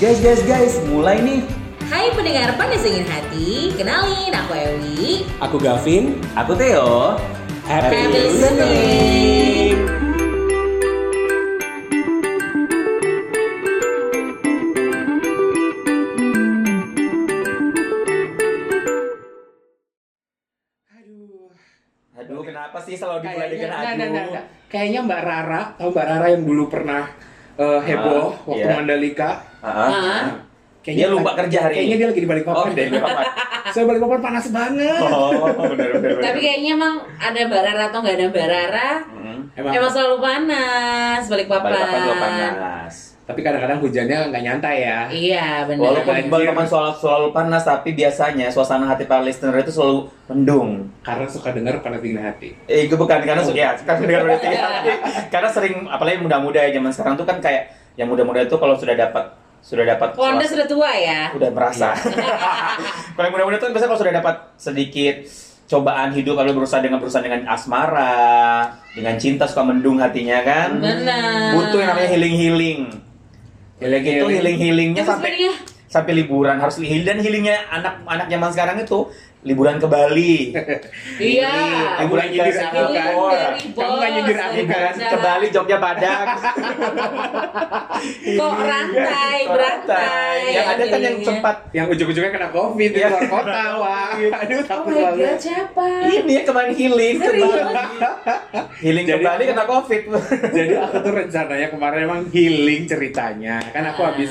Guys, guys, guys, mulai nih. Hai pendengar Panas Ingin Hati, kenalin aku Ewi. Aku Gavin. Aku Theo. Happy, Happy listening. Aduh. Aduh, kenapa sih selalu dimulai Kayaknya, dengan nah, nah, nah, aduh? nah. Kayaknya Mbak Rara, tahu Mbak Rara yang dulu pernah eh, heboh Ah, waktu iya. Mandalika. Ah, Hah? Kayaknya Dia lupa kerja hari Kayaknya ini. dia lagi di Balikpapan Oh, deh. di Balikpapan. Soalnya Balikpapan panas banget. Oh, benar benar. benar. Tapi kayaknya emang ada Mbak Rara atau nggak ada Mbak Rara, Mm-mm. Emang. emang selalu panas balik papan. Balikpapan juga panas. Tapi kadang-kadang hujannya nggak nyantai ya. Iya benar. Walaupun Banjir. Balikpapan selalu, selalu panas, tapi biasanya suasana hati para listener itu selalu mendung. Karena suka dengar panas dingin hati. Eh, itu Oh. bukan karena suka ya, karena dengar berarti. Iya. karena sering apalagi muda-muda ya zaman sekarang tuh kan kayak yang muda-muda itu kalau sudah dapat sudah dapat Wanda suas- sudah tua ya. udah merasa. kalau yang muda-muda Iya. tuh biasanya kalau sudah dapat sedikit cobaan hidup lalu berusaha dengan berusaha dengan asmara, dengan cinta suka mendung hatinya kan. Benar. Butuh yang namanya healing-healing. Ya lagi itu Healing. healing-healingnya Tapi sampai sebenarnya sampai liburan harus healing dan healingnya anak-anak zaman sekarang itu liburan ke Bali. iya. Aku Liburan lagi jadi di sana, aku kan. Bor. Kamu nggak nyindir Iya. aku kan? Ke Bali, Jogja, Badak. Kok rantai, berantai. Yang ada kan yang akhirnya. sempat Yang ujung-ujungnya kena covid di Iya. luar kota, wah. Aduh, Oh my takut god, banget. siapa? ini ya kemarin healing ke Serius? Oh, Bali. Healing ke Jadi- Bali kena covid. Jadi aku tuh rencananya kemarin emang healing ceritanya. Kan aku habis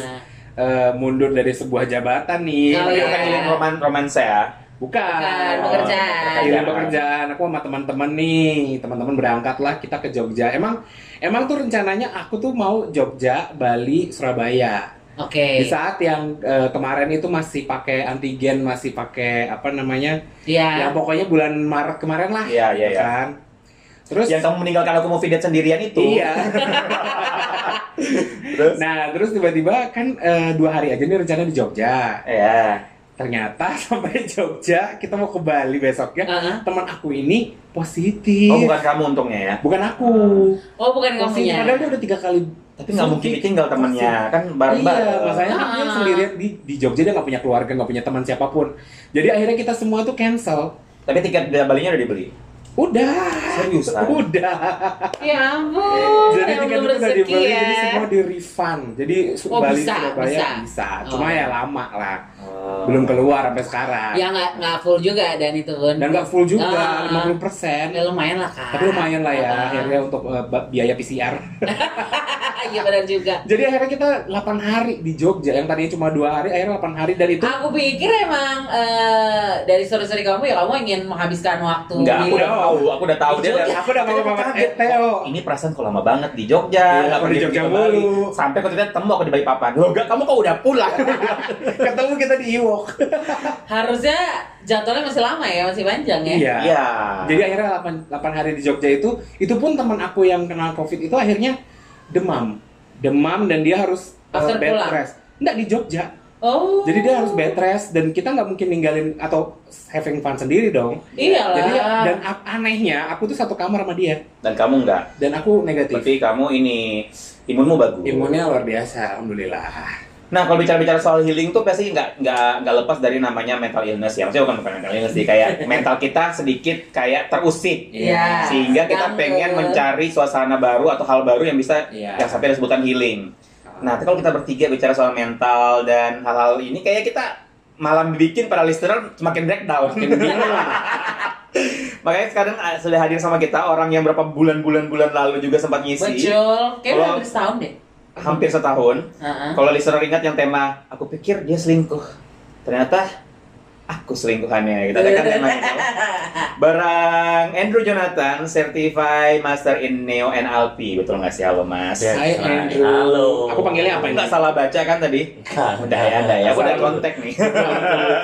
eh, mundur dari sebuah jabatan nih. Ah. Oh, Tapi iya. bukan healing roman romansa ya. Bukan. Bukan, pekerjaan. Keliling pekerjaan. Aku sama teman-teman nih, teman-teman berangkatlah kita ke Jogja. Emang emang tuh rencananya aku tuh mau Jogja, Bali, Surabaya. Oke. Di saat yang eh, kemarin itu masih pakai antigen, masih pakai apa namanya? Ya Iya. pokoknya bulan Maret kemarin lah. Iya, iya, iya. Kan? Terus Yang kamu meninggalkan aku mau vidat sendirian itu. Iya. Terus? Nah, terus tiba-tiba kan eh, dua hari aja nih rencana di Jogja. Iya. Ternyata sampai Jogja kita mau ke Bali besoknya. Heeh. Teman aku ini positif. Oh bukan kamu untungnya ya. Bukan aku. Oh bukan kamu Positif. Padahal dia udah tiga kali. Tapi nggak mungkin suntik. ditinggal temennya kan bareng Iya, makanya Ah. dia sendirian di, di Jogja dia nggak punya keluarga, nggak punya teman siapapun. Jadi akhirnya kita semua tuh cancel. Tapi tiket Balinya udah dibeli. Udah. Seriusan? Udah. Ya ampun. Eh, jadi emang tiket belum itu udah rezeki dibeli, ya. jadi semua di refund. Jadi su- Oh, Bali bisa, Surabaya bisa. bisa. Cuma Oh. ya lama lah. Oh. Belum keluar sampai sekarang. Ya nggak nggak full juga dan itu pun. Dan nggak full juga, Ah. 50%. Ya lumayan lah kak. Tapi lumayan lah ya Ah. akhirnya untuk eh, ba- biaya PCR. Iya benar juga. Jadi akhirnya kita 8 hari di Jogja yang tadinya cuma dua hari akhirnya 8 hari dan itu Aku pikir emang eh, dari story-story kamu ya kamu ingin menghabiskan waktu. Enggak, di- aku udah tahu, aku udah tahu dia. Aku udah mau Aku pamer kaget. eh, Theo. Ini perasaan kok lama banget di Jogja, Iya, nggak aku di pergi Jogja ke Bali. mulu. Sampai kau ternyata temu aku di Balikpapan. Loh, enggak, kamu kok udah Ah. pulang. Ketemu kita di Iwok. Harusnya jadwalnya masih lama ya, masih panjang ya. Iya. Iya. Jadi akhirnya 8, 8 hari di Jogja itu itu pun teman aku yang kenal Covid itu akhirnya demam. Demam dan dia harus eh, After bed pulang? rest. Enggak di Jogja. Oh. Jadi dia harus bed rest dan kita nggak mungkin ninggalin atau having fun sendiri dong. Iyalah. Jadi ya, dan a- anehnya aku tuh satu kamar sama dia Dan kamu enggak. dan aku negatif. Berarti kamu ini imunmu bagus. Imunnya luar biasa, alhamdulillah. Nah, kalau bicara-bicara soal healing tuh pasti nggak nggak nggak lepas dari namanya mental illness ya. Maksudnya bukan bukan mental illness sih, kayak mental kita sedikit kayak terusik. Ah, Iya. Sehingga kita Ganggu. pengen mencari suasana baru atau hal baru yang bisa Iya. yang sampai ada sebutan healing. Nah, tapi kalau kita bertiga bicara soal mental dan hal-hal ini kayak kita malam bikin para listener semakin breakdown. Makanya sekarang ah, sudah hadir sama kita orang yang berapa bulan-bulan-bulan lalu juga sempat ngisi Betul. Kayaknya Kalau- hampir setahun deh. hampir setahun. Heeh. Kalau listener ingat yang tema, aku pikir dia selingkuh. Ternyata aku selingkuhannya gitu ada kan temanya. tuh. Barang Andrew Jonathan, Certified Master in Neo NLP. Betul nggak sih? Halo Mas. Yes. Hai Andrew. Halo. Aku panggilnya apa Aku ini? nggak salah baca kan tadi? Udah ya, udah ya. Aku udah kontak nih.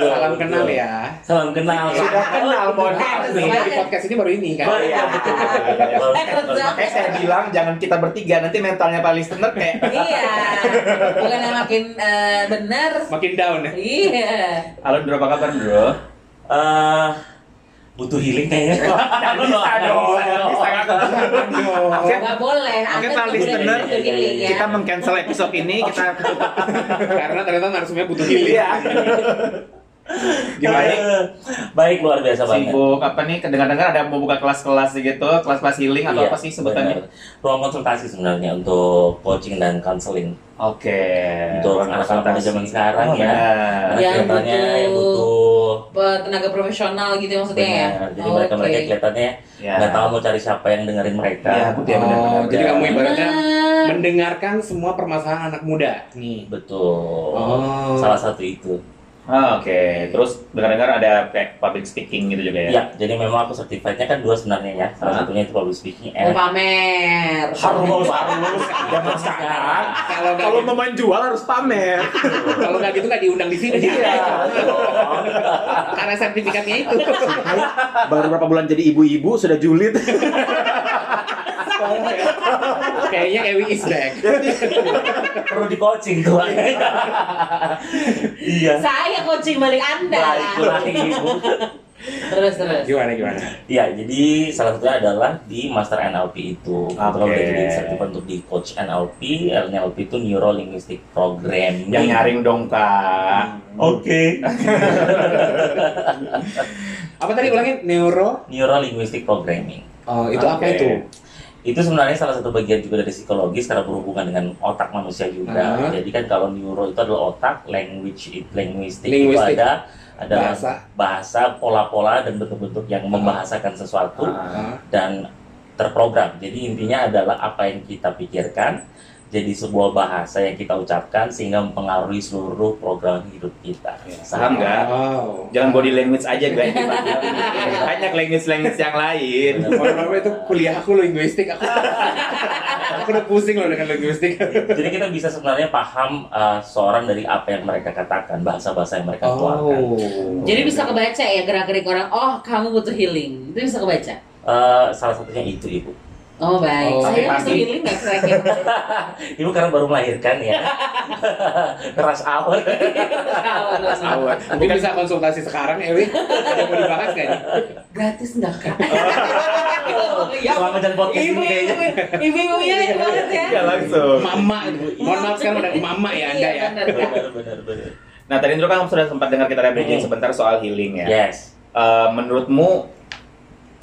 Salam kenal ya. Salam kenal. Sudah kenal, mohon maaf nih. Soalnya di podcast ini baru ini Oh kan. iya, betul. betul, betul. Eh, kerja. Makanya saya bilang jangan kita bertiga, nanti mentalnya para listener kayak Iya. Bukan yang makin eh, benar. Makin down ya. Iya. Halo Bro, apa kabar Bro? Eh, butuh healing Iya, kayaknya. Nggak bisa dong, nggak bisa Iya, nggak kebetulan dong. Nggak boleh. Oke, Anda para nggak boleh listener, butuh healing ya. kita meng-cancel episode ini, kita tutup. Karena ternyata narasumbernya butuh healing. Gimana? Gimana? Iya. Baik luar biasa banget. sibuk apa nih kedengar-dengar ada mau buka kelas-kelas gitu kelas-kelas healing atau Iya, apa sih sebutannya benar. Ruang konsultasi sebenarnya untuk coaching dan counseling oke untuk anak-anak Ya, konsultasi. zaman sekarang Oh, ya. benar. Yang Anak zamannya yang butuh- butuh Pe- Tenaga profesional gitu ya maksudnya ya. benar. Jadi mereka mereka Oke. kelihatannya ya nggak tahu mau cari siapa yang dengerin mereka. ya bu ya benar-benar Oh, jadi kamu ibaratnya Benar. mendengarkan semua permasalahan anak muda nih. Betul. Oh. Salah satu itu. Ah, oke terus dengar-dengar ada kayak public speaking gitu juga ya Ah. Ya, jadi memang aku certified-nya kan dua sebenarnya ya. Hah? Salah satunya itu public speaking Mau and Oh, pamer. harus harus zaman sekarang. Kalau nggak gitu- mau jual harus pamer kalau nggak gitu nggak diundang di sini. iya Karena sertifikatnya itu. baru berapa bulan jadi ibu-ibu sudah julid Kayaknya Ewi is back. perlu di coaching tuh. iya. Saya coaching balik Anda. Baik lagi. Terus terus. Gimana gimana? Iya, jadi salah satunya adalah di Master NLP itu. Kebetulan Oke. udah jadi certified untuk di Coach NLP. NLP itu Neuro Linguistic Programming. yang nyaring dong kak Hmm. Oke. Apa tadi ulangin neuro? Neuro Linguistic Programming. Oh, itu apa Oke. itu? itu sebenarnya salah satu bagian juga dari psikologis karena berhubungan dengan otak manusia juga. Ah. Jadi kan kalau neuro itu adalah otak, language, it- linguistik, Linguistik. itu ada adalah Bahasa. bahasa, pola-pola dan bentuk-bentuk yang membahasakan sesuatu Ah, dan terprogram. Jadi intinya adalah apa yang kita pikirkan jadi sebuah bahasa yang kita ucapkan sehingga mempengaruhi seluruh program hidup kita. Ya, Sama. paham nggak? Wow. jangan body language aja gue banyak language language yang lain Kalau apa itu kuliah aku linguistik aku. aku udah pusing loh dengan linguistik. Jadi kita bisa sebenarnya paham eh, seorang dari apa yang mereka katakan, bahasa-bahasa Oh. yang mereka keluarkan. Jadi bisa kebaca ya gerak-gerik orang. Oh, kamu butuh healing. Itu bisa kebaca. Eh, salah satunya itu ibu. Oh baik. Oh, tapi Saya pasti- butuh healing ya, gitu. nggak kira-kira. Ibu karena baru melahirkan ya. Keras hour. Kawan, langsung. eh. Awet. Mungkin bisa konsultasi sekarang, Ewi. Ada yang mau dibahas nggak nih? Gratis nggak kak? Ya, Selama dan podcast Ibu, ini ibu, kayaknya. ibu, ibu, banget ya. Iya langsung. Mama, gitu. mohon maaf sekarang udah mama ya, anda ya. Iya, benar. Benar, benar, benar. Nah tadi Indro kan sudah sempat dengar kita leveraging Hmm. sebentar soal healing ya. Yes. Eh, menurutmu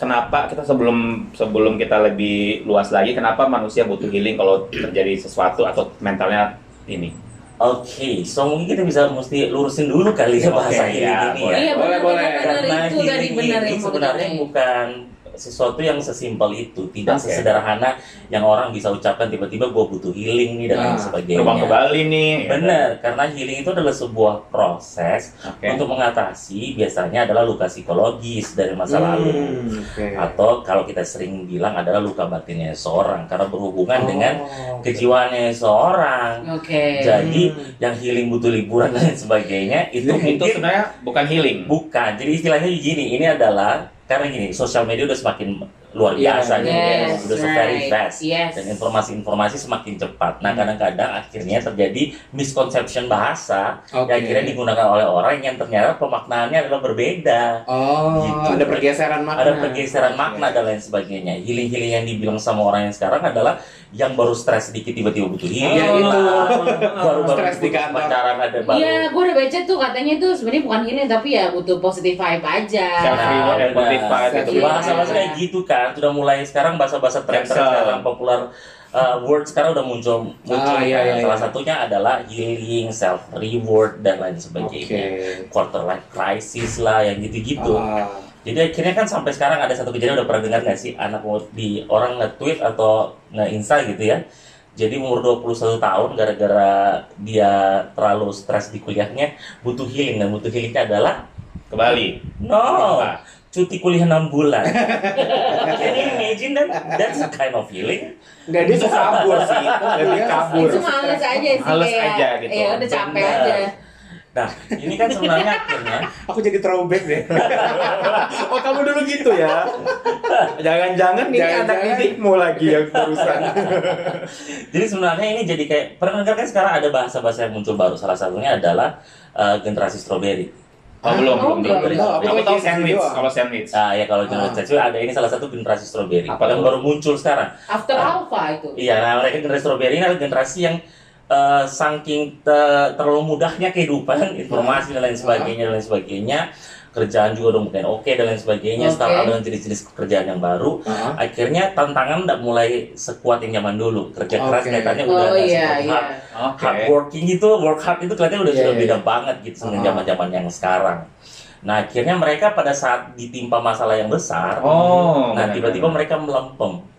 kenapa kita sebelum sebelum kita lebih luas lagi kenapa manusia butuh healing kalau terjadi sesuatu atau mentalnya ini? Oke, so mungkin kita bisa mesti lurusin dulu kali ya Oke, bahasa ini ya, ini boleh. ya. Iya, Boleh, benar, boleh. benar, Karena benar. Itu tadi Nah, healing benar itu yang mau sebenarnya ditanyain. bukan sesuatu yang sesimpel itu, tidak Oke. sesederhana yang orang bisa ucapkan tiba-tiba gua butuh healing nih dan lain Ah, Nah, sebagainya. Terbang ke Bali nih. ya kan? Iya. Benar, karena healing itu adalah sebuah proses Oke. untuk mengatasi biasanya adalah luka psikologis dari masa Hmm. lalu. Hmm, atau kalau kita sering bilang adalah luka batinnya seorang karena berhubungan kan Oh. dengan Oh. kejiwaannya seorang Oke. jadi yang healing butuh liburan dan sebagainya Itu itu mungkin sebenarnya bukan healing. bukan jadi istilahnya gini ini adalah karena gini sosial media udah semakin luar Yes, biasa nih, Yes, udah very right. fast Yes. dan informasi-informasi semakin cepat. Nah, Hmm. kadang-kadang akhirnya terjadi misconception bahasa Oke. yang akhirnya digunakan oleh orang yang ternyata pemaknaannya adalah berbeda. Oh, Gitu. ada pergeseran makna. ada pergeseran makna dan lain sebagainya. Healing-healing yang dibilang sama orang yang sekarang adalah yang baru stres sedikit tiba-tiba butuh healing. Iya, itu. lah. baru baru Stres di putus kantor. pacaran ada baru. Iya, gue udah baca tuh katanya tuh sebenarnya bukan healing tapi ya butuh positive vibe aja. Self reward dan Nah, motivate gitu. Iya. Bahasa-bahasa kayak gitu kan sudah mulai sekarang bahasa-bahasa tren Cancel. sekarang populer uh, word sekarang udah muncul muncul. Ah, iya, kan. iya, Salah iya. satunya adalah healing, self reward dan lain Oke. sebagainya. Quarter life crisis lah yang gitu-gitu. Ah. Jadi akhirnya kan sampai sekarang ada satu kejadian udah pernah dengar nggak sih anak mau di orang nge-tweet atau nge-insta gitu ya. Jadi umur 21 tahun gara-gara dia terlalu stres di kuliahnya butuh healing dan butuh healingnya adalah Ke Bali. no Apa? cuti kuliah 6 bulan. Can you imagine that? That's a kind of healing. Nggak dia suka kabur Iya, sih. Lebih kabur. Itu males aja sih Males kayak, aja gitu. Ya udah capek Bener. aja. Nah, ini kan sebenarnya akhirnya Aku jadi throwback deh. Oh kamu dulu gitu ya? Jangan-jangan ini Jangan-jangan. anak didikmu lagi yang terusan. Jadi sebenarnya ini jadi kayak pernah dengar kan sekarang ada bahasa-bahasa yang muncul baru. Salah satunya adalah eh, generasi stroberi. Oh, Ah, belum, oh, belum, belum. belum. belum. Aku Aku tahu tahu sandwich, doang. kalau sandwich. Ah ya kalau Ah. generasi satu ada ini salah satu generasi stroberi. Apa yang tuh? baru muncul sekarang. After Ah. Alpha itu. Iya, nah mereka generasi stroberi ini adalah generasi yang eh, saking te- terlalu mudahnya kehidupan, Hmm. informasi dan lain sebagainya dan lain sebagainya, kerjaan juga udah mungkin oke dan lain sebagainya, Oke. startup dan jenis-jenis pekerjaan yang baru. Ah. Akhirnya tantangan udah mulai sekuat yang zaman dulu. Kerja keras Oke. kelihatannya udah Oh nggak iya sekuat iya. hard. Oke. hard working itu work hard itu kelihatannya udah Iya, sudah iya, beda iya. banget gitu dengan Ah. zaman zaman yang sekarang. Nah akhirnya mereka pada saat ditimpa masalah yang besar, Oh, nah benar, tiba-tiba benar. mereka melempem.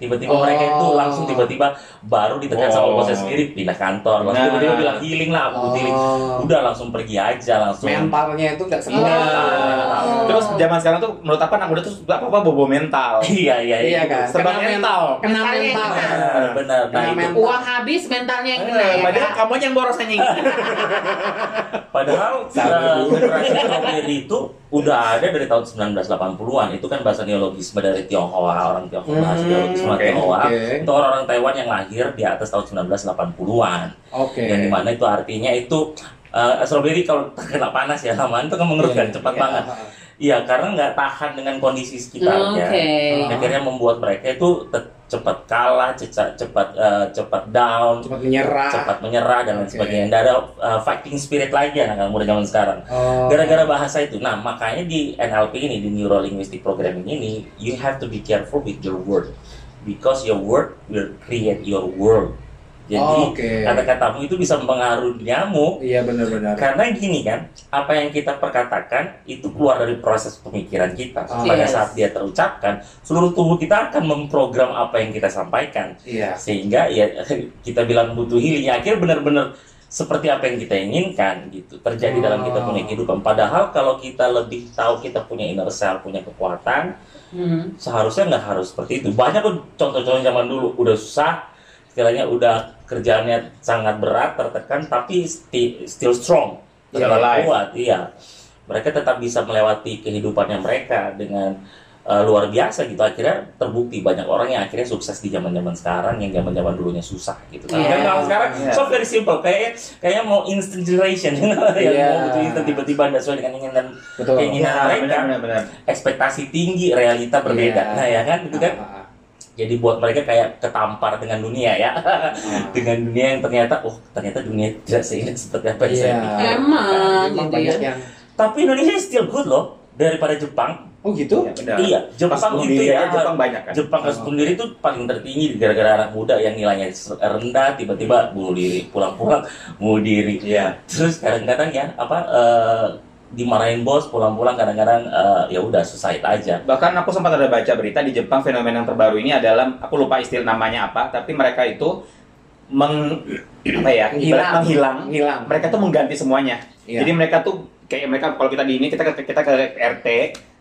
Tiba-tiba Oh. mereka itu langsung tiba-tiba baru ditekan sama Wow. bosnya sendiri pindah kantor, langsung Nah. tiba-tiba bilang healing lah, aku butuh healing. Oh. Udah langsung pergi aja langsung. Mentalnya itu nggak Iya. sempurna. Oh. Terus zaman sekarang tuh menurut apa anak muda tuh apa apa bobo mental. Iya iya Iya kan? Serba Kena men- mental. Kena Mentalnya mental. Iya. kena. Benar, benar. Nah, Kena itu mental. Uang habis mentalnya yang kena Eh, ya. Padahal Kak? kamu yang boros anjing. Padahal Oh, Sabar eh, generasi stroberi itu udah ada dari tahun 1980-an. Itu kan bahasa neologisme dari Tionghoa, orang Tionghoa bahasa Hmm, neologisme oke, Tionghoa. oke. Itu orang-orang Taiwan yang lahir di atas tahun 1980-an. Oke. Yang dimana itu artinya itu eh, stroberi kalau terkena panas ya lamaan itu kan mengerut kan cepat Iya. banget. Iya karena nggak tahan dengan kondisi sekitarnya. Oh, Oke. Ah. Akhirnya membuat mereka itu te- cepat kalah, cepat cepat eh, cepat down, Cepat menyerah. cepat menyerah dan lain Oke. sebagainya. Nggak ada uh, fighting spirit lagi anak-anak muda zaman sekarang. Oh. Gara-gara bahasa itu. Nah, makanya di NLP ini, di Neuro Linguistic Programming ini, you have to be careful with your word. Because your word will create your world. Oh, Jadi, Oke. kata-katamu itu bisa mempengaruhi duniamu. Iya benar-benar. Karena gini kan, apa yang kita perkatakan itu keluar dari proses pemikiran kita. Ah. Yes. Pada saat dia terucapkan, seluruh tubuh kita akan memprogram apa yang kita sampaikan Iya. sehingga ya kita bilang butuh healing Ya, akhirnya benar-benar seperti apa yang kita inginkan gitu terjadi dalam kita punya kehidupan padahal kalau kita lebih tahu kita punya inner self punya kekuatan Hmm. seharusnya nggak harus seperti itu banyak tuh contoh-contoh zaman dulu udah susah istilahnya udah kerjaannya sangat berat tertekan tapi sti- still strong Still tetap alive. kuat iya mereka tetap bisa melewati kehidupannya mereka dengan eh, luar biasa gitu akhirnya terbukti banyak orang yang akhirnya sukses di zaman zaman sekarang yang zaman zaman dulunya susah gitu tapi Iya. kan kalau sekarang Iya. so very simple kayak kayaknya mau instant generation yang Iya. mau butuh instant tiba-tiba nggak sesuai dengan keinginan Betul. keinginan Iya, mereka benar benar benar. ekspektasi tinggi realita Iya. berbeda nah ya kan itu kan Ah, jadi buat mereka kayak ketampar dengan dunia ya ah, ah. dengan dunia yang ternyata oh ternyata dunia tidak seindah seperti apa yang saya Iya. pikir. Emang, Memang gitu banyak ya. yang tapi Indonesia still good loh daripada Jepang Oh gitu? Iya, benar. iya Pas Jepang bunuh itu diri aja ya Jepang banyak kan. Jepang kasus bunuh diri itu paling tertinggi gara-gara anak muda yang nilainya rendah tiba-tiba bunuh diri pulang-pulang bunuh diri Iya. terus kadang-kadang ya apa eh, dimarahin bos pulang-pulang kadang-kadang eh, ya udah suicide aja Bahkan aku sempat ada baca berita di Jepang fenomena yang terbaru ini adalah aku lupa istilah namanya apa, tapi mereka itu meng apa ya? ibarat menghilang. Hilang. Mereka tuh mengganti semuanya. Iya. Jadi mereka tuh kayak mereka kalau kita di ini kita ke- kita ke RT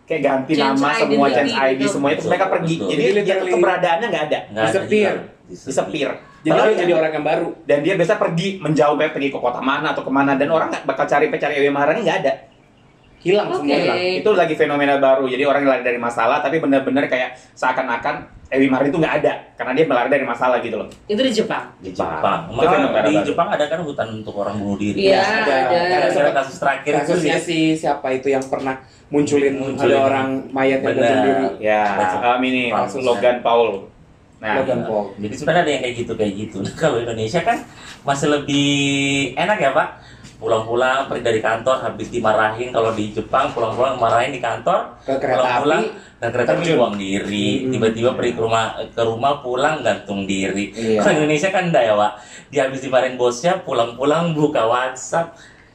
kayak ganti Change nama ID, semua betul. change ya? ID semuanya terus Betul, mereka pergi. betul. Jadi, Jadi dia tuh literally- keberadaannya nggak ada. Nggak ada Disappear. juga. Disappear. Jadi Padahal lu dia- jadi orang yang baru. dan dia biasa pergi menjauh kayak pergi ke kota mana atau kemana dan orang nggak bakal cari pencari Ewi Maharani nggak ada Hilang Oke. semua hilang. Oke. itu lagi fenomena baru jadi orang yang lari dari masalah tapi benar-benar kayak seakan-akan Ewi Maharani itu nggak ada karena dia melari dari masalah gitu loh Itu di Jepang. di Jepang Itu Malah fenomena di baru. Jepang ada kan hutan untuk orang bunuh diri Iya, ada. ada. Gara-gara kasus terakhir itu Kasusnya ya si siapa itu yang pernah munculin, Munculin. ada orang mayat yang Benar. sendiri. ya Nah, um, ini Paul. Logan Paul nah Logan Paul. Jadi sebenarnya ada yang kayak gitu kayak gitu. Nah, kalau Indonesia kan masih lebih enak ya Pak. Pulang-pulang pergi dari kantor habis dimarahin kalau di Jepang pulang-pulang marahin di kantor Ke kereta pulang-pulang api. dan kereta api terjun. buang diri Hmm. tiba-tiba pergi ke rumah ke rumah pulang gantung diri Iya. kalau Indonesia kan enggak ya Pak dia habis dimarahin bosnya pulang-pulang buka WhatsApp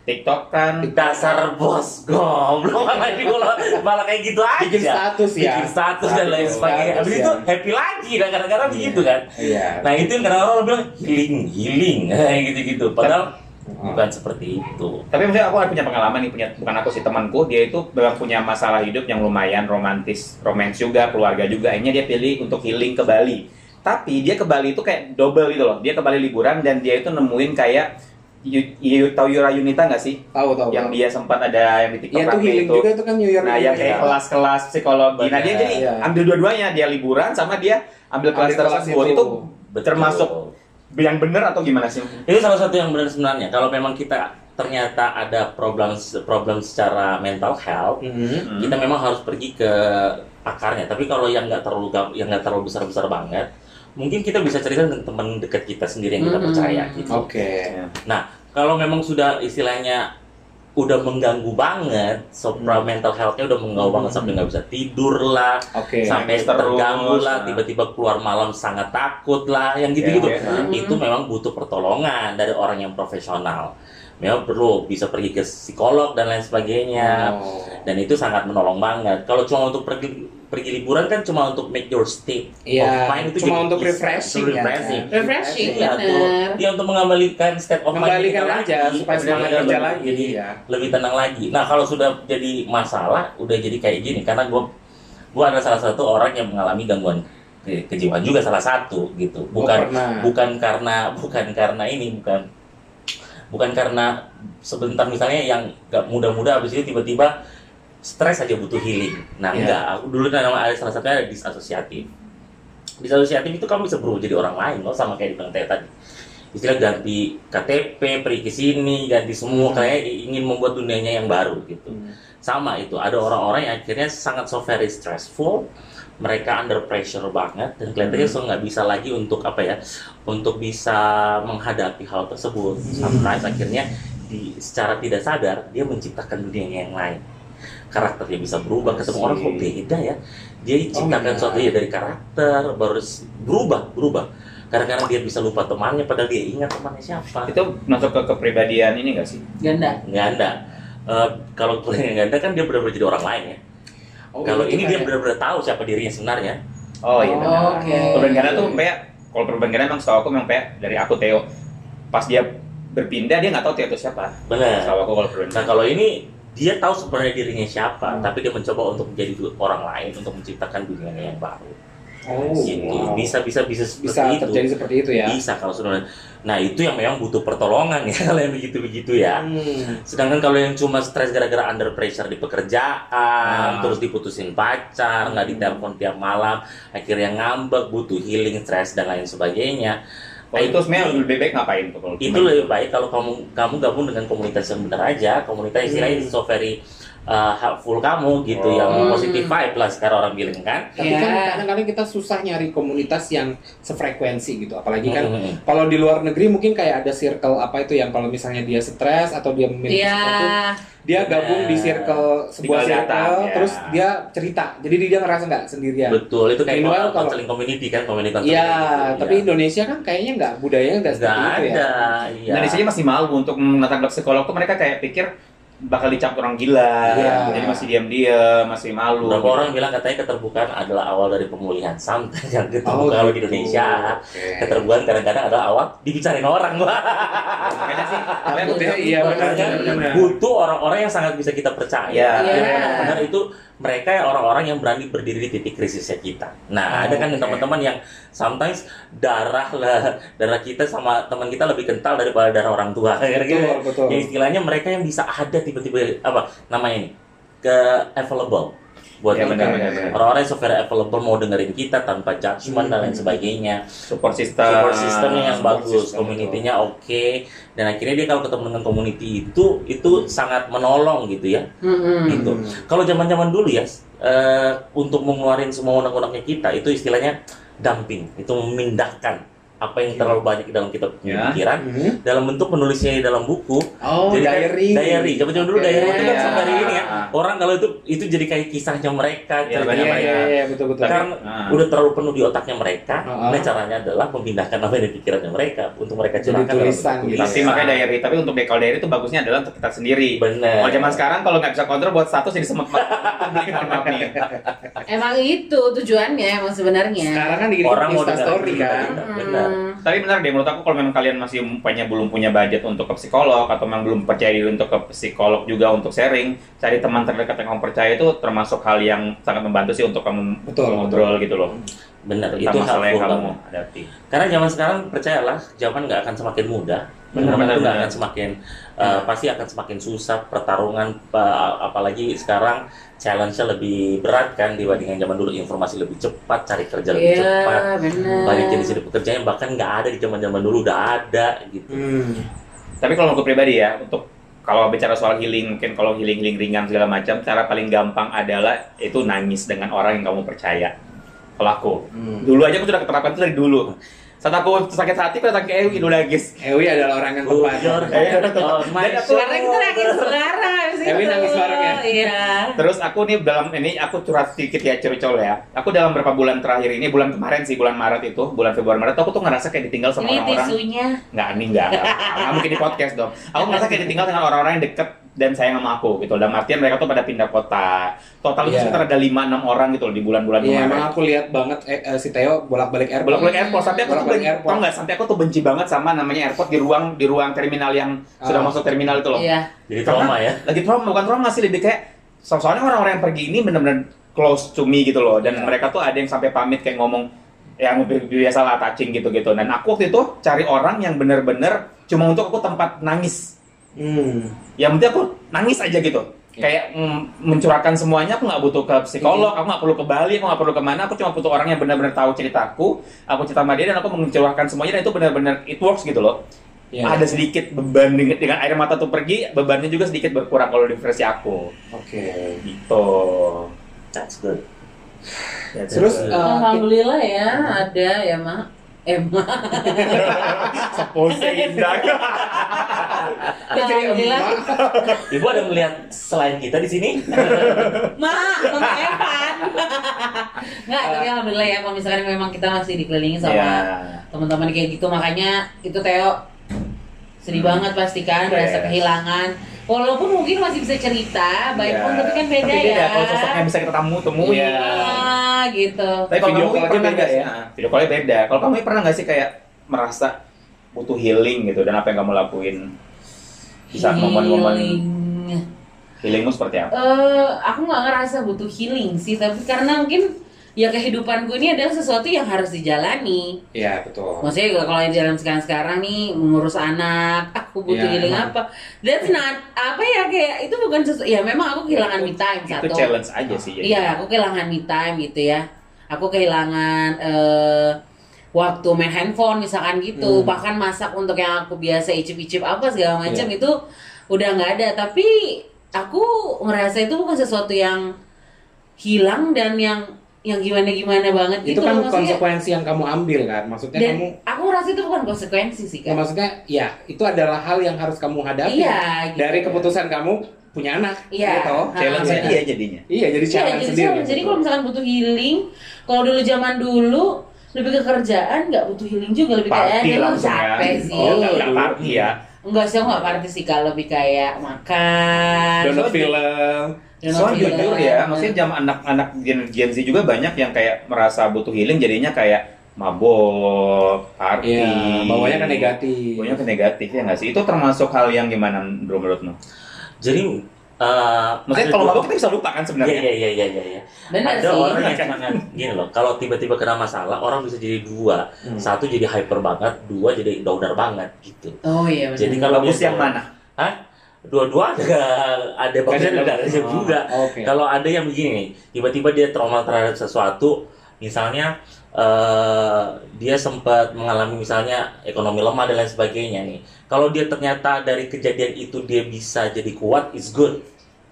TikTok kan dasar bos goblok malah diulang malah kayak gitu aja Bikin status ya. bikin status dan lain Status, sebagainya habis status, itu ya. happy lagi dan kadang-kadang begitu kan Iya. Nah itu yang kadang orang bilang healing, healing, gitu-gitu. Padahal Iya. bukan seperti itu. tapi maksudnya aku ada punya pengalaman nih punya bukan aku sih temanku dia itu memang punya masalah hidup yang lumayan romantis romance juga keluarga juga akhirnya dia pilih untuk healing ke Bali tapi dia ke Bali itu kayak double gitu loh dia ke Bali liburan dan dia itu nemuin kayak you, you tahu Yura Yunita nggak sih Tahu tahu. yang tahu. dia sempat ada yang di TikTok Ya itu rame healing juga itu kan New York. nah yang kayak kelas-kelas psikologi nah dia Benar. jadi Iya. ambil dua-duanya dia liburan sama dia ambil Ambil kelas kelas tersebut itu. Gitu. itu termasuk yang bener atau gimana sih itu salah satu yang benar sebenarnya. Kalau memang kita ternyata ada problem problem secara mental health Mhm. Hmm. kita memang harus pergi ke akarnya tapi kalau yang nggak terlalu gam- yang nggak terlalu besar besar banget mungkin kita bisa cerita dengan teman dekat kita sendiri yang kita Hmm. Mhm. percaya gitu Nah, Oke. kalau memang sudah istilahnya udah mengganggu banget so Hmm. mental health-nya udah mengganggu banget sampai nggak bisa tidur lah Oke. sampai Iya, nangis terus, terganggu lah nah. tiba-tiba keluar malam sangat takut lah yang gitu-gitu Ya, ya. Hmm. itu memang butuh pertolongan dari orang yang profesional memang perlu bisa pergi ke psikolog dan lain sebagainya Oh. dan itu sangat menolong banget kalau cuma untuk pergi pergi liburan kan cuma untuk make your state Iya. of mind itu Cuma jadi untuk bisa, refreshing, untuk ya. refreshing. Refreshing, Iya, tuh. bener. dia untuk mengembalikan state of mind Kembalikan kita aja lagi, supaya semangat iya, kerja lebih- lagi. jadi ya. lebih tenang lagi nah kalau sudah jadi masalah udah jadi kayak gini karena gue gue adalah salah satu orang yang mengalami gangguan ke- kejiwaan juga salah satu gitu Gua Oh, bukan pernah. bukan karena bukan karena ini bukan bukan karena sebentar misalnya yang gak muda-muda habis itu tiba-tiba stres aja butuh healing nah Iya. enggak aku dulu nama ada salah satunya ada disasosiatif disasosiatif itu kamu bisa berubah jadi orang lain loh sama kayak di teh tadi istilah ganti KTP pergi ke sini ganti semua Hmm. kayak ingin membuat dunianya yang baru gitu Hmm. sama itu ada orang-orang yang akhirnya sangat so very stressful mereka under pressure banget dan Hmm. kelihatannya so nggak bisa lagi untuk apa ya untuk bisa menghadapi hal tersebut Hmm. sometimes akhirnya di secara tidak sadar dia menciptakan dunia yang lain karakternya bisa berubah ketemu orang kok beda ya dia ciptakan iya. suatu ya dari karakter baru s- berubah berubah kadang-kadang dia bisa lupa temannya padahal dia ingat temannya siapa Itu masuk ke kepribadian ini nggak sih? Ganda. ganda Eh, kalau yang ganda kan dia benar-benar jadi orang lain ya Oh, kalau itu ini dia kayak- benar-benar tahu siapa dirinya sebenarnya. Oh iya benar. Oh, Oke. Perubahan Gana tuh kayak kalau perubahan Gana emang setahu aku memang kayak dari aku Theo. Pas dia berpindah dia nggak tahu Theo itu siapa. Benar. Setahu aku kalau perubahan Nah, kalau ini dia tahu sebenarnya dirinya siapa, Hmm. tapi dia mencoba untuk menjadi du- orang lain untuk menciptakan dunianya yang baru. Oh, Gitu. wow. Bisa bisa bisa seperti bisa itu. terjadi seperti itu ya. Bisa kalau sudah. Nah, itu yang memang butuh pertolongan ya kalau yang begitu-begitu ya. Hmm. Sedangkan kalau yang cuma stres gara-gara under pressure di pekerjaan, Nah. Ah. terus diputusin pacar, nggak ditelepon tiap malam, akhirnya ngambek, butuh healing stress dan lain sebagainya. Kalau itu sebenarnya lebih baik ngapain tuh kalau itu lebih baik kalau kamu kamu gabung dengan komunitas yang benar aja komunitas istilahnya Hmm. so very uh, helpful kamu gitu Oh. yang Hmm. positive vibe lah sekarang orang bilang kan Tapi Ya. kan kadang-kadang kita susah nyari komunitas yang sefrekuensi gitu, apalagi kan Mm-mm. kalau di luar negeri mungkin kayak ada circle apa itu yang kalau misalnya dia stres atau dia memiliki Iya. sesuatu, dia gabung di Iya. circle sebuah Tinggal circle, datang, ya. terus dia cerita. Jadi dia ngerasa nggak sendirian. Ya. betul itu kayak Minimal kalau kalau- counseling community kan komunitas Iya, counseling tapi gitu, Indonesia kan kayaknya nggak budayanya ya. nggak nggak seperti itu ya. ada iya. Nah, di sini masih malu untuk menatap psikolog tuh mereka kayak pikir bakal dicap orang gila. Iya. Jadi masih diam-diam, masih malu. Beberapa orang bilang katanya keterbukaan adalah awal dari pemulihan Sometimes yang Oh, keterbukaan kalau di gitu. Indonesia Oke. Keterbukaan kadang-kadang adalah awal dibicarain orang Wah. Kayaknya sih. Tapi Tapi aku dia- bilang, iya benar Makanya benar, benar. butuh orang-orang yang sangat bisa kita percaya. Iya. Yang Iya. benar-benar itu mereka yang orang-orang yang berani berdiri di titik krisisnya kita. Nah, Oh, ada kan oke. teman-teman yang sometimes darah lah, darah kita sama teman kita lebih kental daripada darah orang tua. Betul, Kira-kira betul. ya istilahnya mereka yang bisa ada tiba-tiba apa namanya ini ke available buat Iya, kita. benar, benar, benar. Orang-orang yang so very available mau dengerin kita tanpa judgement dan lain Hmm. sebagainya Support system. support systemnya yang support bagus, system, community-nya oke, dan akhirnya dia kalau ketemu dengan community itu itu sangat menolong gitu ya. Mm-mm. Gitu. Kalau zaman-zaman dulu ya eh, untuk mengeluarkan semua undang-undangnya kita itu istilahnya dumping, itu memindahkan apa yang terlalu Iya. banyak di dalam kita punya Ya. pikiran Hmm. dalam bentuk menulisnya di dalam buku. Oh, jadi kan diary. diary. Zaman-zaman dulu Oke. diary itu kan Iya. sampai hari ini ya. Orang kalau itu itu jadi kayak kisahnya mereka, Iya, Iya, ceritanya banyak-banyak. mereka. iya, iya, betul betul. Sekarang Nah. udah terlalu penuh di otaknya mereka. Heeh. Nah caranya adalah memindahkan apa yang di pikirannya mereka untuk mereka Ah. Jadi curahkan dalam tulisan bentuk gitu. Tapi Iya. makanya diary, tapi untuk dekal diary itu bagusnya adalah untuk kita sendiri. Bener. Kalau zaman sekarang kalau nggak bisa kontrol buat status jadi semak publik mohon maaf nih. Emang itu tujuannya emang sebenarnya. Sekarang kan di orang mau dengar story cerita kan. kita. Mm. Benar. Tapi benar deh menurut aku kalau memang kalian masih punya belum punya budget untuk ke psikolog atau memang belum percaya diri untuk ke psikolog juga untuk sharing, cari teman terdekat yang kamu percaya itu termasuk hal yang sangat membantu sih untuk kamu Betul, ngobrol gitu loh. Benar. Tentang Itu hal masalah yang kamu kamu. hadapi. Karena zaman sekarang percayalah zaman nggak akan semakin mudah. Benar, Zaman benar, itu nggak benar. akan semakin eh, pasti akan semakin susah pertarungan pa- apalagi sekarang challenge-nya lebih berat kan dibandingkan zaman dulu informasi lebih cepat cari kerja lebih Iya, cepat benar. banyak jenis pekerjaan yang bahkan nggak ada di zaman zaman dulu udah ada gitu Hmm. Tapi kalau aku pribadi ya untuk kalau bicara soal healing mungkin kalau healing healing ringan segala macam cara paling gampang adalah itu nangis dengan orang yang kamu percaya kalau aku Hmm. dulu aja aku sudah keterapkan itu dari dulu saat aku sakit hati aku datang ke Ewi dulu nangis Ewi adalah orang yang tepat. Dan aku- Sekarang kita nangis sekarang habis Ewi itu. nangis bareng ya? Iya. terus aku nih dalam ini aku curhat sedikit ya curcol ya aku dalam beberapa bulan terakhir ini bulan kemarin sih bulan Maret itu bulan Februari Maret tuh aku tuh ngerasa kayak ditinggal sama Ini orang-orang tisunya. nggak nih nggak nggak mungkin di podcast dong aku merasa kayak ditinggal dengan orang-orang yang deket dan sayang sama aku gitu dalam artian mereka tuh pada pindah kota total itu Iya. sekitar ada 5-6 orang gitu loh di bulan-bulan Iya, kemarin emang aku lihat banget eh, eh, si Theo bolak-balik airport. bolak-balik airport sampai aku tuh Bolak-balik benci, airport. tau nggak sampai aku tuh benci banget sama namanya airport di ruang di ruang terminal yang sudah Ah. masuk terminal itu loh Iya. Jadi trauma ya. lagi trauma bukan trauma sih lebih kayak so- soalnya orang-orang yang pergi ini benar-benar close to me gitu loh dan Iya. mereka tuh ada yang sampai pamit kayak ngomong yang bi- biasa lah touching gitu-gitu dan aku waktu itu cari orang yang bener-bener cuma untuk aku tempat nangis Hmm. yang penting aku nangis aja gitu Iya. kayak mm, mencurahkan semuanya aku nggak butuh ke psikolog aku nggak perlu ke Bali aku nggak perlu kemana aku cuma butuh orang yang benar-benar tahu ceritaku aku cerita sama dia dan aku mencurahkan semuanya dan itu benar-benar it works gitu loh Iya. ada sedikit beban dengan, dengan air mata tuh pergi bebannya juga sedikit berkurang kalau di versi aku Oke. gitu That's good. Ya, Terus terus eh, Alhamdulillah ya ada ya mak. Eh mak. pose indah Alhamdulillah. Ibu ada melihat selain kita di sini? Mak, Mama Evan. Nggak, tapi alhamdulillah ya kalau misalkan memang kita masih dikelilingi sama ya teman-teman kayak gitu makanya itu Theo sedih Hmm. iya. banget pasti kan merasa Yes. kehilangan walaupun mungkin masih bisa cerita baik pun Ya. tapi kan beda Tapi ya kalau sosoknya bisa kita temu temui Iya, gitu Tapi kalau kamu Video Wi, call-nya pernah beda nggak sih? ya? Nah, Video call-nya beda. Kalau kamu Wi, pernah nggak sih kayak merasa butuh healing gitu dan apa yang kamu lakuin? Bisa momen-momen Healing. healingmu seperti apa? Eh, aku nggak ngerasa butuh healing sih, tapi karena mungkin ya kehidupan gue ini adalah sesuatu yang harus dijalani. Iya, betul. Maksudnya juga kalau yang jalan sekarang sekarang nih mengurus anak, aku butuh Iya, healing emang. apa? That's not apa ya kayak itu bukan sesuatu. Ya memang aku kehilangan me time satu. Itu challenge aja sih. jadi. Iya, aku kehilangan me time gitu ya. Aku kehilangan eh, waktu main handphone misalkan gitu. Hmm. Bahkan masak untuk yang aku biasa icip-icip apa segala macam Iya. itu udah nggak ada. Tapi aku ngerasa itu bukan sesuatu yang hilang dan yang yang gimana-gimana banget Itu gitu. kan loh, maksudnya. konsekuensi yang kamu ambil kan. Maksudnya Dan kamu aku ngerasa itu bukan konsekuensi sih ya, kan. maksudnya ya, itu adalah hal yang harus kamu hadapi. Iya. Gitu. Dari keputusan kamu punya anak Iya. gitu. Challenge Ah, aja iya. ya jadinya. Iya, jadi Iya, challenge jadi sendiri. challenge. Jadi kalau misalkan butuh healing, kalau dulu zaman dulu lebih ke kerjaan nggak butuh healing juga lebih kayak Party "Eh, lu langsung ya. capek sih. Oh, nggak nggak party ya. Enggak sih, aku nggak party sih kalau lebih kayak makan. download Soalnya- film. download Soalnya Iya, film. jujur ya, maksudnya jam anak-anak Gen, Gen Z juga banyak yang kayak merasa butuh healing jadinya kayak mabok, party. Iya, bawanya kan negatif. Bawanya ke negatif ya nggak sih? Itu termasuk hal yang gimana Bro, menurutmu? Jadi eh Maksudnya kalau mabok kita bisa lupa kan Iya sebenarnya? iya iya iya iya. Bener Ada sih. orang yang sangat gini loh. Kalau tiba-tiba kena masalah, orang bisa jadi dua. Hmm. Satu jadi hyper banget, dua jadi downer banget gitu. Oh iya bener. Jadi kalau Bagus yang biasa- mana? Dua-dua ada ada bagusnya dan ada bagusnya juga. Oh, Oke. Iya. Kalau ada yang begini, nih, tiba-tiba dia trauma terhadap sesuatu, misalnya eh, dia sempat mengalami misalnya ekonomi lemah dan lain sebagainya nih. Kalau dia ternyata dari kejadian itu dia bisa jadi kuat, it's good.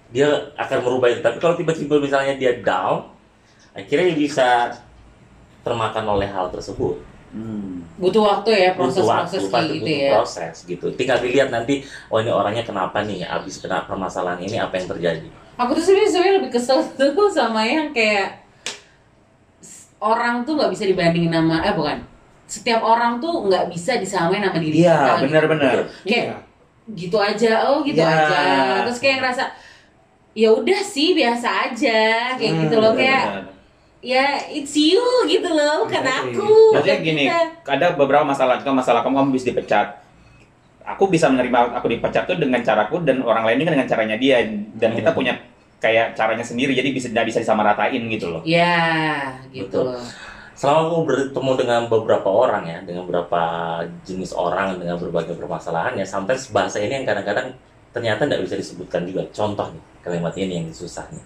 Dia akan merubah itu. Tapi kalau tiba-tiba misalnya dia down, akhirnya dia bisa termakan oleh hal tersebut. Hmm. butuh waktu ya proses-proses Butuh kayak waktu, pasti gitu butuh ya. proses gitu. Tinggal dilihat nanti, oh ini orangnya kenapa nih, abis kena permasalahan ini apa yang terjadi. Aku tuh sebenarnya sebenarnya lebih kesel tuh sama yang kayak s- orang tuh nggak bisa dibandingin nama eh bukan setiap orang tuh nggak bisa disamain sama diri Iya, kita gitu. benar-benar. kayak Iya. gitu aja oh gitu Ya. aja terus kayak ngerasa ya udah sih biasa aja kayak gitu Hmm, loh kayak ya it's you gitu loh bukan Iya, aku Maksudnya bukan gini, kita. ada beberapa masalah juga masalah kamu kamu bisa dipecat. Aku bisa menerima aku dipecat tuh dengan caraku dan orang lain kan dengan caranya dia dan kita Hmm. punya kayak caranya sendiri jadi bisa nggak bisa disamaratain gitu loh. ya gitu Betul. loh selama aku bertemu dengan beberapa orang ya dengan beberapa jenis orang dengan berbagai permasalahan ya sometimes bahasa ini yang kadang-kadang ternyata tidak bisa disebutkan juga contoh nih kalimat ini yang susah nih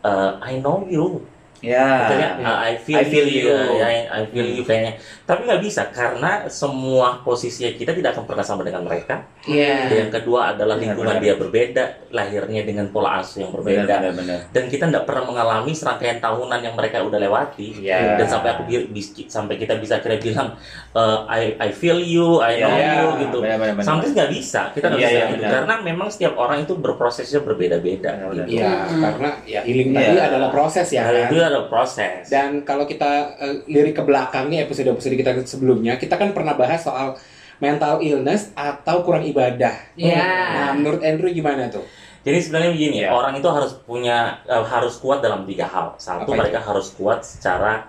Eh, I know you Iya. Katanya, Ya. "Ah, I feel, I feel you. you, Hmm. Ya, I feel you kayaknya. Tapi nggak bisa karena semua posisinya kita tidak akan pernah sama dengan mereka. Iya. Yang kedua adalah Benar, Eh. lingkungan benar. dia berbeda, lahirnya dengan pola asuh yang berbeda. benar. Dan kita nggak pernah mengalami serangkaian tahunan yang mereka udah lewati. Iya. Dan sampai aku bi- bis- sampai kita bisa akhirnya bilang, "Eh, I, I feel you, I know Iya, you gitu. benar, benar, benar. Sampai nggak bisa, kita nggak Iya, bisa iya, gitu. benar. karena memang setiap orang itu berprosesnya berbeda-beda. Benar, Gitu. Iya, Hmm. karena ya healing tadi Iya. adalah proses ya Hal itu kan. ada proses. Dan kalau kita eh, lirik ke belakangnya episode-episode kita sebelumnya, kita kan pernah bahas soal mental illness atau kurang ibadah. Iya. Nah, menurut Andrew gimana tuh? Jadi sebenarnya begini, Iya. orang itu harus punya eh, harus kuat dalam tiga hal. Satu Apa itu? mereka harus kuat secara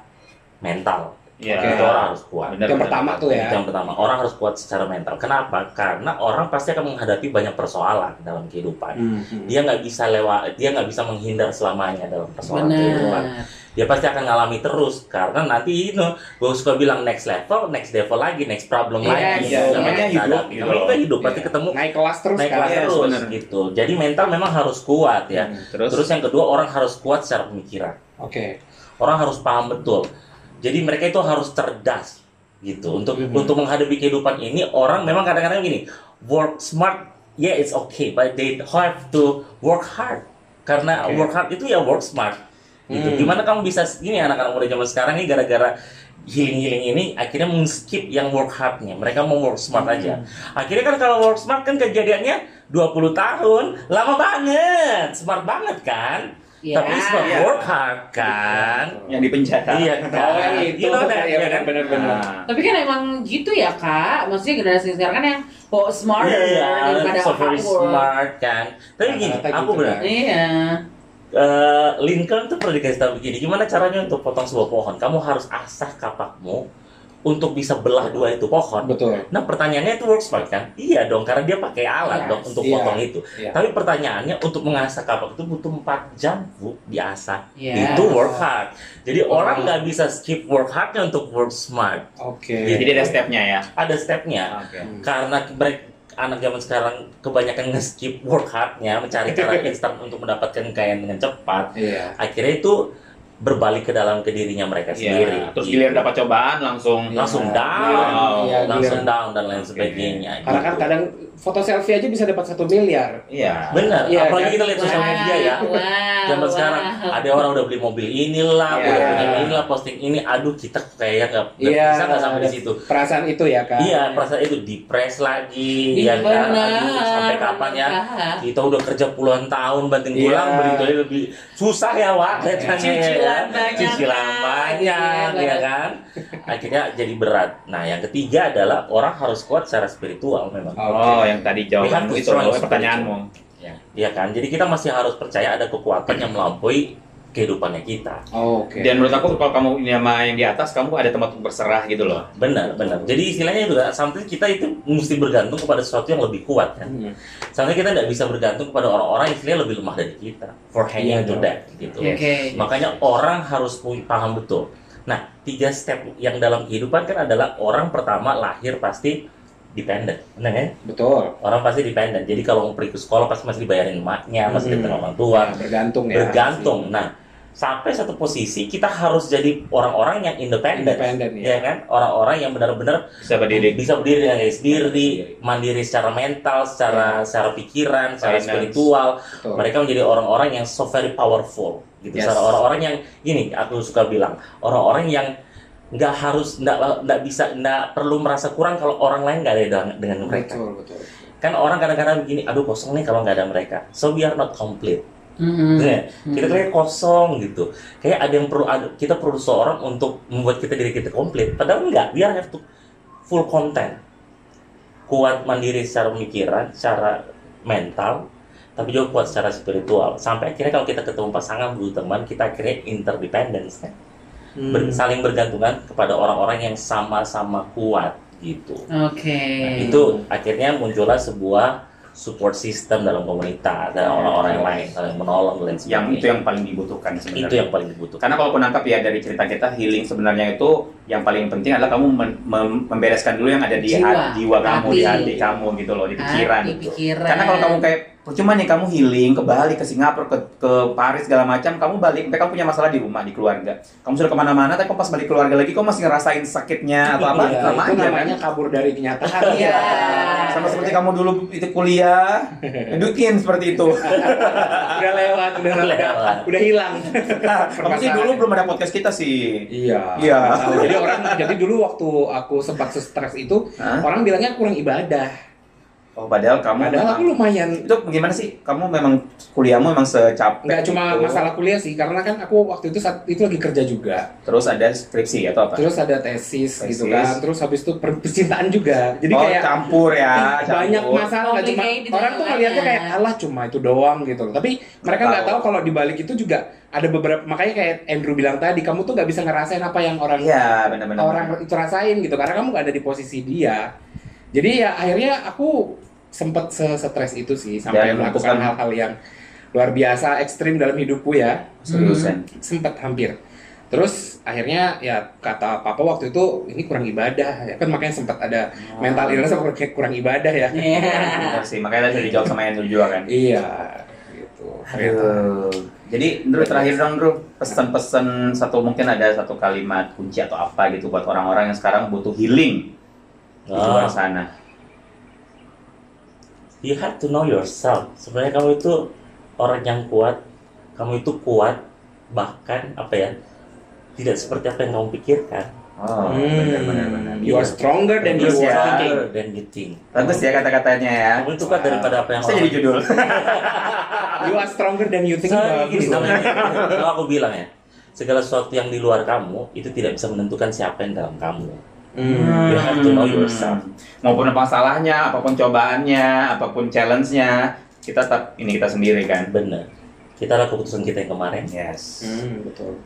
mental. Iya. Oke. Itu orang harus kuat. Benar, Yang benar. pertama tuh ya. Itu yang pertama, orang harus kuat secara mental. Kenapa? Karena orang pasti akan menghadapi banyak persoalan dalam kehidupan. Hmm. Dia nggak bisa lewat, dia nggak bisa menghindar selamanya dalam persoalan kehidupan. Benar. Dia pasti akan ngalami terus karena nanti itu gue suka bilang next level, next level lagi, next problem Yes, lagi. iya, namanya kita hidup hadapi. gitu Namanya loh. hidup pasti Iya. ketemu naik kelas terus naik kan. kelas Iya, terus benar. gitu. Jadi mental memang harus kuat ya. Iya. Terus, Terus yang kedua orang harus kuat secara pemikiran. Oke. Orang harus paham betul. Jadi mereka itu harus cerdas gitu untuk Mhm. untuk menghadapi kehidupan ini orang memang kadang-kadang gini work smart yeah it's okay but they have to work hard karena Oke. work hard itu ya work smart gitu Hmm. gimana kamu bisa ini anak-anak muda zaman sekarang ini gara-gara healing-healing ini akhirnya men-skip yang work hardnya mereka mau work smart aja akhirnya kan kalau work smart kan kejadiannya 20 tahun lama banget smart banget kan Iya. tapi it's not Iya. work hard kan yang di penjata. iya Oh, yang kan itu. You know that, Iya, ya kan? benar-benar. Ah. Tapi kan emang gitu ya kak, maksudnya generasi sekarang kan yang kok Iya, smarter daripada Iya, so very hard work. smart kan. Tapi gini, Rata-rata aku gitu, benar. kan? Iya. Eh, Lincoln tuh pernah dikasih tahu begini, gimana caranya untuk potong sebuah pohon? Kamu harus asah kapakmu untuk bisa belah dua itu pohon. Betul. Nah pertanyaannya itu work smart kan? Iya dong, karena dia pakai alat Yes. dong untuk Iya. potong itu. Iya. Tapi pertanyaannya untuk mengasah kapak itu butuh 4 jam bu diasah. Iya. Itu work hard. Jadi Oh. orang nggak bisa skip work hardnya untuk work smart. Oke. Gitu. Jadi ada stepnya ya. Ada stepnya. Oke. karena mereka anak zaman sekarang kebanyakan nge-skip work hardnya mencari cara instan untuk mendapatkan kekayaan dengan cepat Iya. akhirnya itu berbalik ke dalam ke dirinya mereka sendiri Iya. Terus Gitu. giliran dapat cobaan langsung Langsung Iya. down. Iya, langsung giliran. down dan lain Oke. sebagainya Karena kan gitu. kadang foto selfie aja bisa dapat satu miliar. Iya. benar Iya, apalagi kan? kita lihat sosial media ya Wow, zaman wow. sekarang ada orang udah beli mobil inilah Iya. udah punya inilah posting ini aduh kita kayaknya nggak nggak Iya, bisa nggak sampai di ada- situ Perasaan itu ya kan. Iya, perasaan itu depres lagi, Iya, ya kan? benar, Aduh, sampai kapan ya? benar. Kita udah kerja puluhan tahun banting Iya. tulang, beli beli lebih susah ya, Wak. Iya. Kelihatannya, ya. Cicilan banyak, Cicilan Kak. banyak, Iya, ya benar. kan? Akhirnya jadi berat. Nah, yang ketiga adalah orang harus kuat secara spiritual memang. Oke. Oh, yang tadi jawabanmu We have to itu loh, strong. pertanyaanmu. Iya kan? Jadi kita masih harus percaya ada kekuatan yang melampaui kehidupannya kita. Oh, Oke. Dan menurut aku kalau kamu ini sama yang di atas, kamu ada tempat untuk berserah gitu loh. Benar, benar. Jadi istilahnya juga sampai kita itu mesti bergantung kepada sesuatu yang lebih kuat kan. Hmm. Soalnya kita tidak bisa bergantung kepada orang-orang yang istilahnya lebih lemah dari kita. For Iya, hanging to dong. that gitu. Oke. Makanya orang harus pu- paham betul. Nah, tiga step yang dalam kehidupan kan adalah orang pertama lahir pasti dependent. Benar kan? Betul. Orang pasti dependent. Jadi kalau mau pergi ke sekolah pasti masih dibayarin emaknya, masih Hmm. dibayarin orang tua, Nah, bergantung ya. bergantung. Nah, sampai satu posisi kita harus jadi orang-orang yang independen. Independen ya. Ya kan? Orang-orang yang benar-benar Bisa berdiri. bisa berdiri dengan diri sendiri, mandiri secara mental, secara secara pikiran, secara Finance. spiritual. Betul. Mereka menjadi orang-orang yang so very powerful gitu. Yes. Secara orang-orang yang gini, aku suka bilang, orang-orang yang nggak harus nggak nggak bisa nggak perlu merasa kurang kalau orang lain nggak ada dengan, dengan mereka Betul, betul. kan orang kadang-kadang begini aduh kosong nih kalau nggak ada mereka so we are not complete Mhm. Bener ya? kita Hmm. kayak kosong gitu kayak ada yang perlu ada- kita perlu seorang untuk membuat kita diri kita komplit padahal enggak we are have to full content kuat mandiri secara pemikiran secara mental tapi juga kuat secara spiritual sampai akhirnya kalau kita ketemu pasangan butuh teman kita akhirnya interdependence kan? Hmm. Ber- saling bergantungan kepada orang-orang yang sama-sama kuat gitu Oke. Nah, Hmm. itu akhirnya muncullah sebuah support system dalam komunitas dan orang-orang yang lain saling menolong dan lain Yang sebagainya. itu yang paling dibutuhkan sebenarnya. itu yang paling dibutuhkan. Karena kalau penangkap ya dari cerita kita healing sebenarnya itu yang paling penting adalah kamu men- mem- membereskan dulu yang ada di Jiwa. hat- jiwa kamu, di Hati. hati kamu gitu loh, di pikiran Hati, gitu. pikiran. Karena kalau kamu kayak percuma nih kamu healing ke Bali ke Singapura ke, ke Paris segala macam kamu balik tapi kamu punya masalah di rumah di keluarga kamu sudah kemana-mana tapi kamu pas balik keluarga lagi kamu masih ngerasain sakitnya atau apa Iya, sama itu aja kan? namanya kabur dari kenyataan. ya. Iya. sama seperti kamu dulu itu kuliah dukin seperti itu udah lewat, udah Udah lewat. lewat, udah hilang. Nah, kamu sih dulu belum ada podcast kita sih Iya. Iya. Tahu. Jadi orang, jadi dulu waktu aku sempat stres itu, Hah? orang bilangnya kurang ibadah. oh padahal kamu Padahal aku lumayan itu gimana sih kamu memang kuliahmu memang secapek gitu. Nggak cuma itu? masalah kuliah sih, karena kan aku waktu itu saat itu lagi kerja juga. terus ada skripsi atau apa Terus ada tesis, gitu Tesis. kan. Terus habis itu per- percintaan juga. Jadi oh kayak campur ya campur. banyak masalah nggak cuma Complicated orang tuh ngeliatnya kayak banget. alah cuma itu doang gitu loh. Tapi mereka nggak Tahu. tahu kalau di balik itu juga ada beberapa makanya kayak Andrew bilang tadi kamu tuh nggak bisa ngerasain apa yang orang iya benar-benar orang itu rasain gitu karena kamu nggak ada di posisi dia. Jadi ya akhirnya aku sempet se-stres itu sih sampai Dan melakukan memutuskan- hal-hal yang luar biasa ekstrim dalam hidupku ya seriusan sempat hampir terus akhirnya ya kata papa waktu itu ini kurang ibadah ya kan makanya sempat ada Ah. mental illness apa kurang, kurang ibadah ya Iya. Benar sih makanya tadi dijawab sama Andrew juga kan iya gitu Aduh. Jadi, Ndru terakhir dong, Ndru. Pesan-pesan satu mungkin ada satu kalimat kunci atau apa gitu buat orang-orang yang sekarang butuh healing di luar Ah, sana. you have to know yourself. Sebenarnya kamu itu orang yang kuat. Kamu itu kuat bahkan apa ya? Tidak seperti apa yang kamu pikirkan. Oh, Hmm. benar-benar benar. you are stronger than you Bagus were ya. thinking Dan you think. Bagus ya kata-katanya ya. Kamu itu kuat daripada apa yang Bisa jadi judul. you are stronger than you think Soalnya bagus gini, loh. soalnya gini, kalau aku bilang ya, segala sesuatu yang di luar kamu itu tidak bisa menentukan siapa yang dalam kamu. Hmm. You have to know yourself. Maupun apa salahnya, apapun cobaannya, apapun challenge-nya, kita tetap ini kita sendiri kan. Bener. Kita adalah keputusan kita yang kemarin Yes. Hmm, betul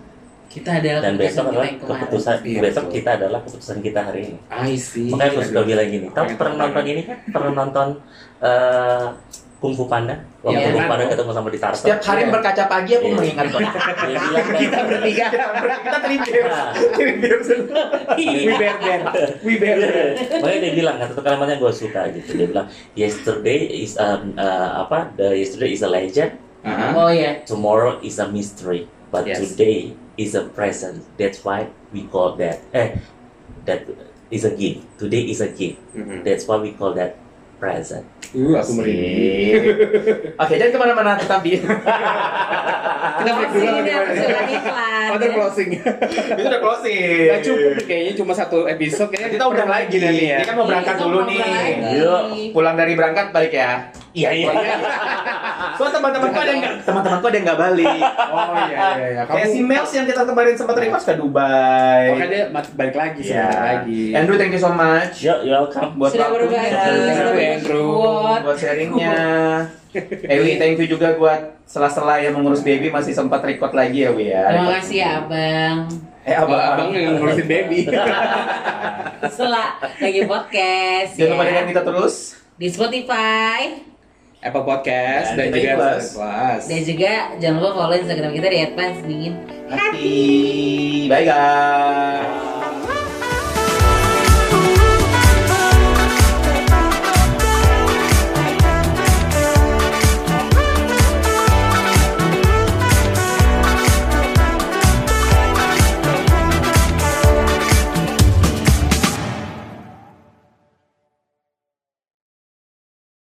Kita ada dan besok adalah keputusan Iya, besok betul. kita adalah keputusan kita hari ini. I see Makanya aku suka bilang gini. Iya, Kamu Makanya aku pernah nonton ini kan? Pernah nonton eh, Kung Fu Panda? Waktu Iya, Kung Fu kan? Panda ketemu sama di Tarso. Setiap hari berkaca pagi aku Iya. mengingat kok. Dia bilang kan, "Ah, kita bertiga kita tribir. Tribir Iya. we bear bear we bear bear Makanya dia bilang kan satu kalimat yang gue suka gitu. Dia bilang yesterday is um, uh, apa? The yesterday is a legend, Aha. Oh iya. Tomorrow is a mystery, but Yes. today is a present. That's why we call that. Eh, that is a gift. Today is a gift. Mhm. That's why we call that present. Uh, aku merinding Iya. Sip. Oke, jangan kemana-mana tetap di Ah, kita break dulu apa gimana? Other closing itu udah closing. Gak cukup nih, kayaknya cuma satu episode kayaknya Iya, Kita udah lagi nih nih. ya. Dia kan mau berangkat dulu nih. Yuk. Pulang dari berangkat balik ya. Iya iya. So teman-temanku ada yang nggak- teman-temanku ada yang nggak balik. Oh iya iya iya. Kayak si Mels yang kita kemarin sempat request ke Dubai. Makanya dia mat- balik lagi sih, Iya. balik lagi. Andrew, thank you so much Yo, you're welcome. buat Sudah berbagi, waktunya, sudah Andrew. berbuat. buat sharingnya. Ewi, thank you juga buat sela-sela yang mengurus baby masih sempat record lagi ya, Wi ya. Terima kasih ya, Abang. Eh, Abang, abang abang, yang ngurusin baby. Setelah lagi podcast. jangan lupa ya. dengan kita terus. Di Spotify Apple Podcast Dan dan, juga Plus. Plus. dan juga jangan lupa follow Instagram kita di @pansdingin. Happy. Bye guys.